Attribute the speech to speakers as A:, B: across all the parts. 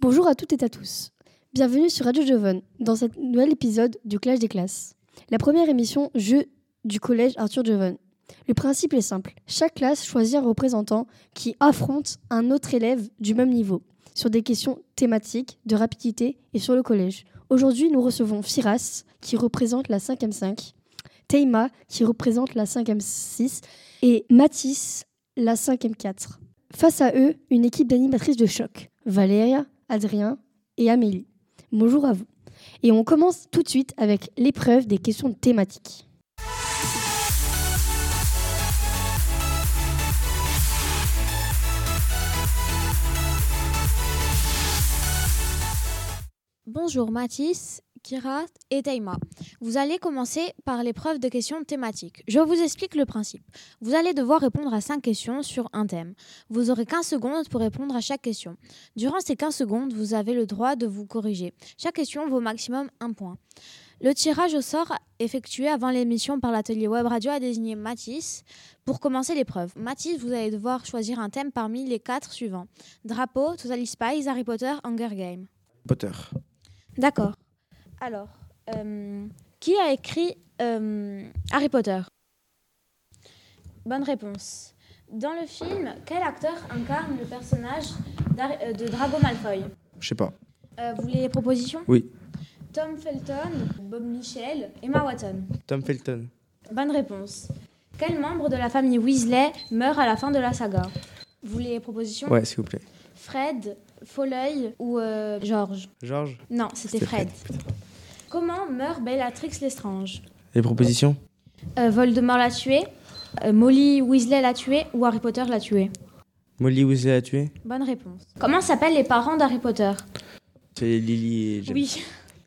A: Bonjour à toutes et à tous. Bienvenue sur Radio Joven dans cet nouvel épisode du Clash des classes. La première émission jeu du collège Arthur Joven. Le principe est simple. Chaque classe choisit un représentant qui affronte un autre élève du même niveau sur des questions thématiques, de rapidité et sur le collège. Aujourd'hui, nous recevons Firas qui représente la 5e 5, Teima qui représente la 5e 6 et Mathis la 5e 4. Face à eux, une équipe d'animatrices de choc, Valéria, Adrien et Amélie. Bonjour à vous. Et on commence tout de suite avec l'épreuve des questions thématiques.
B: Bonjour Mathis, Kira et Taïma. Vous allez commencer par l'épreuve de questions thématiques. Je vous explique le principe. Vous allez devoir répondre à 5 questions sur un thème. Vous aurez 15 secondes pour répondre à chaque question. Durant ces 15 secondes, vous avez le droit de vous corriger. Chaque question vaut maximum un point. Le tirage au sort effectué avant l'émission par l'atelier Web Radio a désigné Mathis pour commencer l'épreuve. Mathis, vous allez devoir choisir un thème parmi les 4 suivants. Drapeau, Totally Spies, Harry Potter, Hunger Games.
C: Potter.
B: D'accord. Alors, euh, qui a écrit euh, Harry Potter Bonne réponse. Dans le film, quel acteur incarne le personnage d'Harry- euh, de Drago Malfoy
C: Je sais pas.
B: Euh, Vous voulez les propositions
C: Oui.
B: Tom Felton, Bob Michel, Emma Watson.
C: Tom Felton.
B: Bonne réponse. Quel membre de la famille Weasley meurt à la fin de la saga Vous voulez les propositions
C: Ouais, s'il vous plaît.
B: Fred, Folleuil ou euh, George
C: Georges.
B: Non, c'était
C: C'était Fred.
B: Fred. Comment meurt Bellatrix Lestrange
C: Les propositions
B: Euh, Voldemort l'a tué, euh, Molly Weasley l'a tué ou Harry Potter l'a tué
C: Molly Weasley a tué
B: Bonne réponse. Comment s'appellent les parents d'Harry Potter
C: C'est Lily et James.
B: Oui.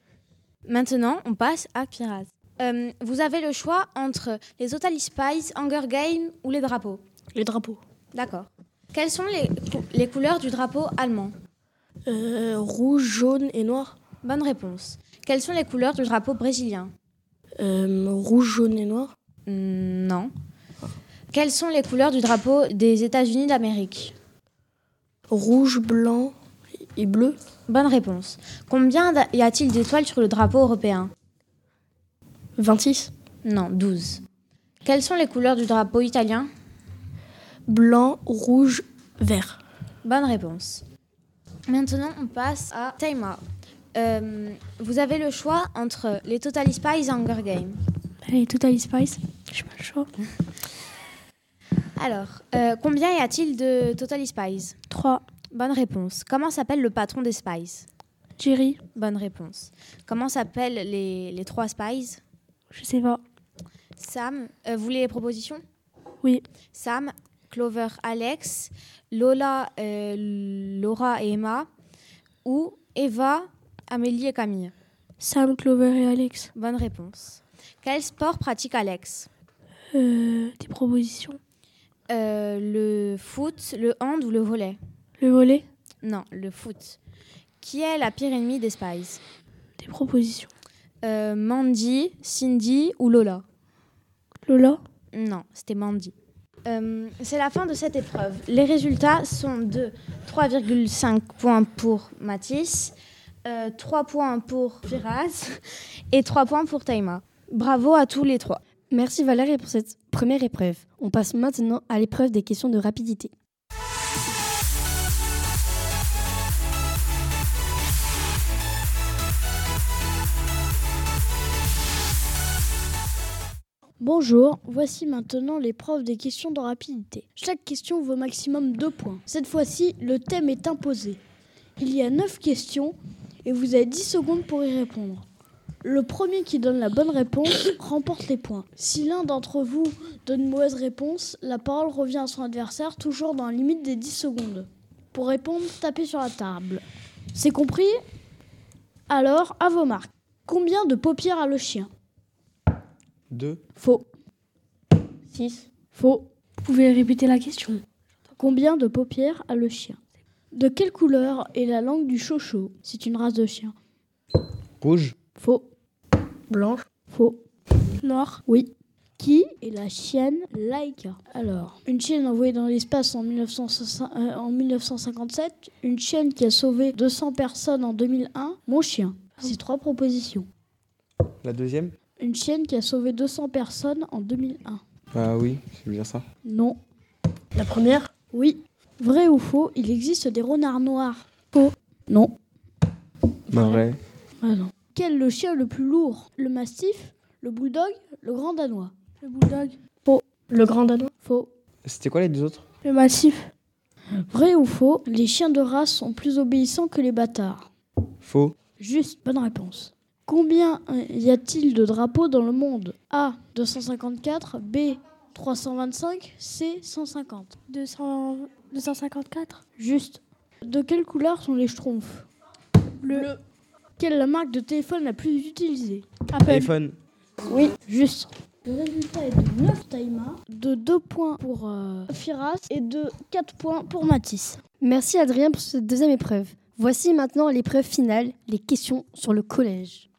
B: Maintenant, on passe à Pirates. Euh, vous avez le choix entre les Totally Spies, Hunger Games ou les drapeaux.
D: Les drapeaux.
B: D'accord. Quelles sont les, cou- les couleurs du drapeau allemand
D: Euh, rouge, jaune et noir.
B: Bonne réponse. Quelles sont les couleurs du drapeau brésilien
D: Euh, rouge, jaune et noir.
B: Hmm, Non. Quelles sont les couleurs du drapeau des États-Unis d'Amérique
D: Rouge, blanc et bleu.
B: Bonne réponse. Combien d'a- y a-t-il d'étoiles sur le drapeau européen
D: 26.
B: Non, 12. Quelles sont les couleurs du drapeau italien
D: Blanc, rouge, vert.
B: Bonne réponse. Maintenant, on passe à Taima. Euh, vous avez le choix entre les Totally Spies et Hunger Games.
D: Allez, Totally Spice. J'ai pas le choix.
B: Alors, euh, combien y a-t-il de Totally Spies
D: 3.
B: Bonne réponse. Comment s'appelle le patron des Spies
D: Jerry.
B: Bonne réponse. Comment s'appellent les, les trois Spies
D: Je sais pas.
B: Sam, euh, vous voulez les propositions
D: Oui.
B: Sam, Clover, Alex, Lola, euh, Laura et Emma, ou Eva, Amélie et Camille.
D: Sam, Clover et Alex.
B: Bonne réponse. Quel sport pratique Alex
D: Euh, des propositions.
B: Euh, Le foot, le hand ou le volet
D: Le volet.
B: Non, le foot. Qui est la pire ennemie des Spies
D: Des propositions.
B: Euh, Mandy, Cindy ou Lola
D: Lola.
B: Non, c'était Mandy. Euh, C'est la fin de cette épreuve. Les résultats sont de 3,5 points pour Matisse, euh, 3 points pour Firas et 3 points pour Taïma. Bravo à tous les trois.
A: Merci Valérie pour cette première épreuve. On passe maintenant à l'épreuve des questions de rapidité.
E: Bonjour, voici maintenant l'épreuve des questions de rapidité. Chaque question vaut maximum 2 points. Cette fois-ci, le thème est imposé. Il y a 9 questions et vous avez 10 secondes pour y répondre. Le premier qui donne la bonne réponse remporte les points. Si l'un d'entre vous donne une mauvaise réponse, la parole revient à son adversaire toujours dans la limite des 10 secondes. Pour répondre, tapez sur la table. C'est compris Alors, à vos marques. Combien de paupières a le chien
C: Deux.
E: Faux. 6. Faux.
D: Vous pouvez répéter la question.
E: Combien de paupières a le chien De quelle couleur est la langue du chocho C'est une race de chien.
C: Rouge.
E: Faux.
D: Blanche.
E: Faux.
D: Noir.
E: Oui. Qui est la chienne Laika Alors, une chienne envoyée dans l'espace en, 1905 euh, en 1957, une chienne qui a sauvé 200 personnes en 2001, mon chien. C'est trois propositions.
C: La deuxième
E: Une chienne qui a sauvé 200 personnes en 2001.
C: Ah oui, c'est bien ça.
E: Non.
F: La première
E: Oui. Vrai ou faux, il existe des renards noirs. Faux. Non.
C: Bah vrai.
E: Ah non. Quel est le chien le plus lourd Le mastif Le bulldog Le grand danois
D: Le bulldog.
F: Le grand danois
E: Faux.
C: C'était quoi les deux autres
D: Le massif.
E: Vrai ou faux, les chiens de race sont plus obéissants que les bâtards
C: Faux.
E: Juste, bonne réponse. Combien euh, y a-t-il de drapeaux dans le monde A. 254, B. 325, C. 150.
D: 200... 254.
E: Juste. De quelle couleur sont les schtroumpfs
D: Bleu.
E: Quelle est la marque de téléphone la plus utilisée
D: Apple.
C: iPhone.
E: Oui, juste. Le résultat est de 9 Taïma, de 2 points pour euh, Firas et de 4 points pour Matisse.
A: Merci Adrien pour cette deuxième épreuve. Voici maintenant l'épreuve finale, les questions sur le collège.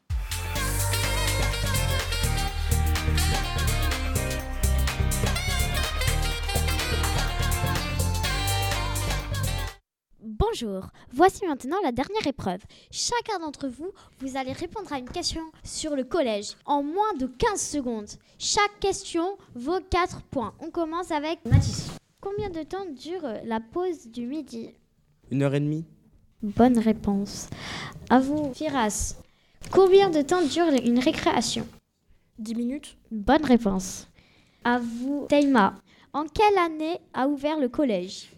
G: Bonjour, voici maintenant la dernière épreuve. Chacun d'entre vous, vous allez répondre à une question sur le collège en moins de 15 secondes. Chaque question vaut 4 points. On commence avec Mathis. Combien de temps dure euh, la pause du midi
C: Une heure et demie
G: Bonne réponse. À vous, Firas. Combien de temps dure une récréation
F: 10 minutes
G: Bonne réponse. À vous, Taïma. En quelle année a ouvert le collège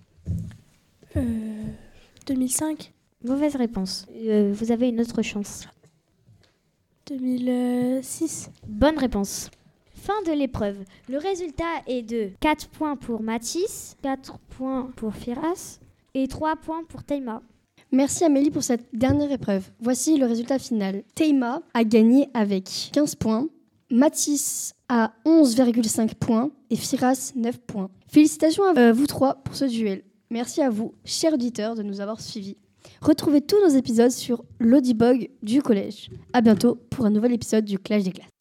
D: Euh, 2005.
G: Mauvaise réponse. Euh, vous avez une autre chance.
D: 2006.
G: Bonne réponse. Fin de l'épreuve. Le résultat est de 4 points pour Mathis, 4 points pour Firas et 3 points pour Teima.
A: Merci Amélie pour cette dernière épreuve. Voici le résultat final. Teima a gagné avec 15 points, Mathis a 11,5 points et Firas 9 points. Félicitations à euh, vous trois pour ce duel. Merci à vous, chers auditeurs, de nous avoir suivis. Retrouvez tous nos épisodes sur l'audibog du collège. À bientôt pour un nouvel épisode du Clash des classes.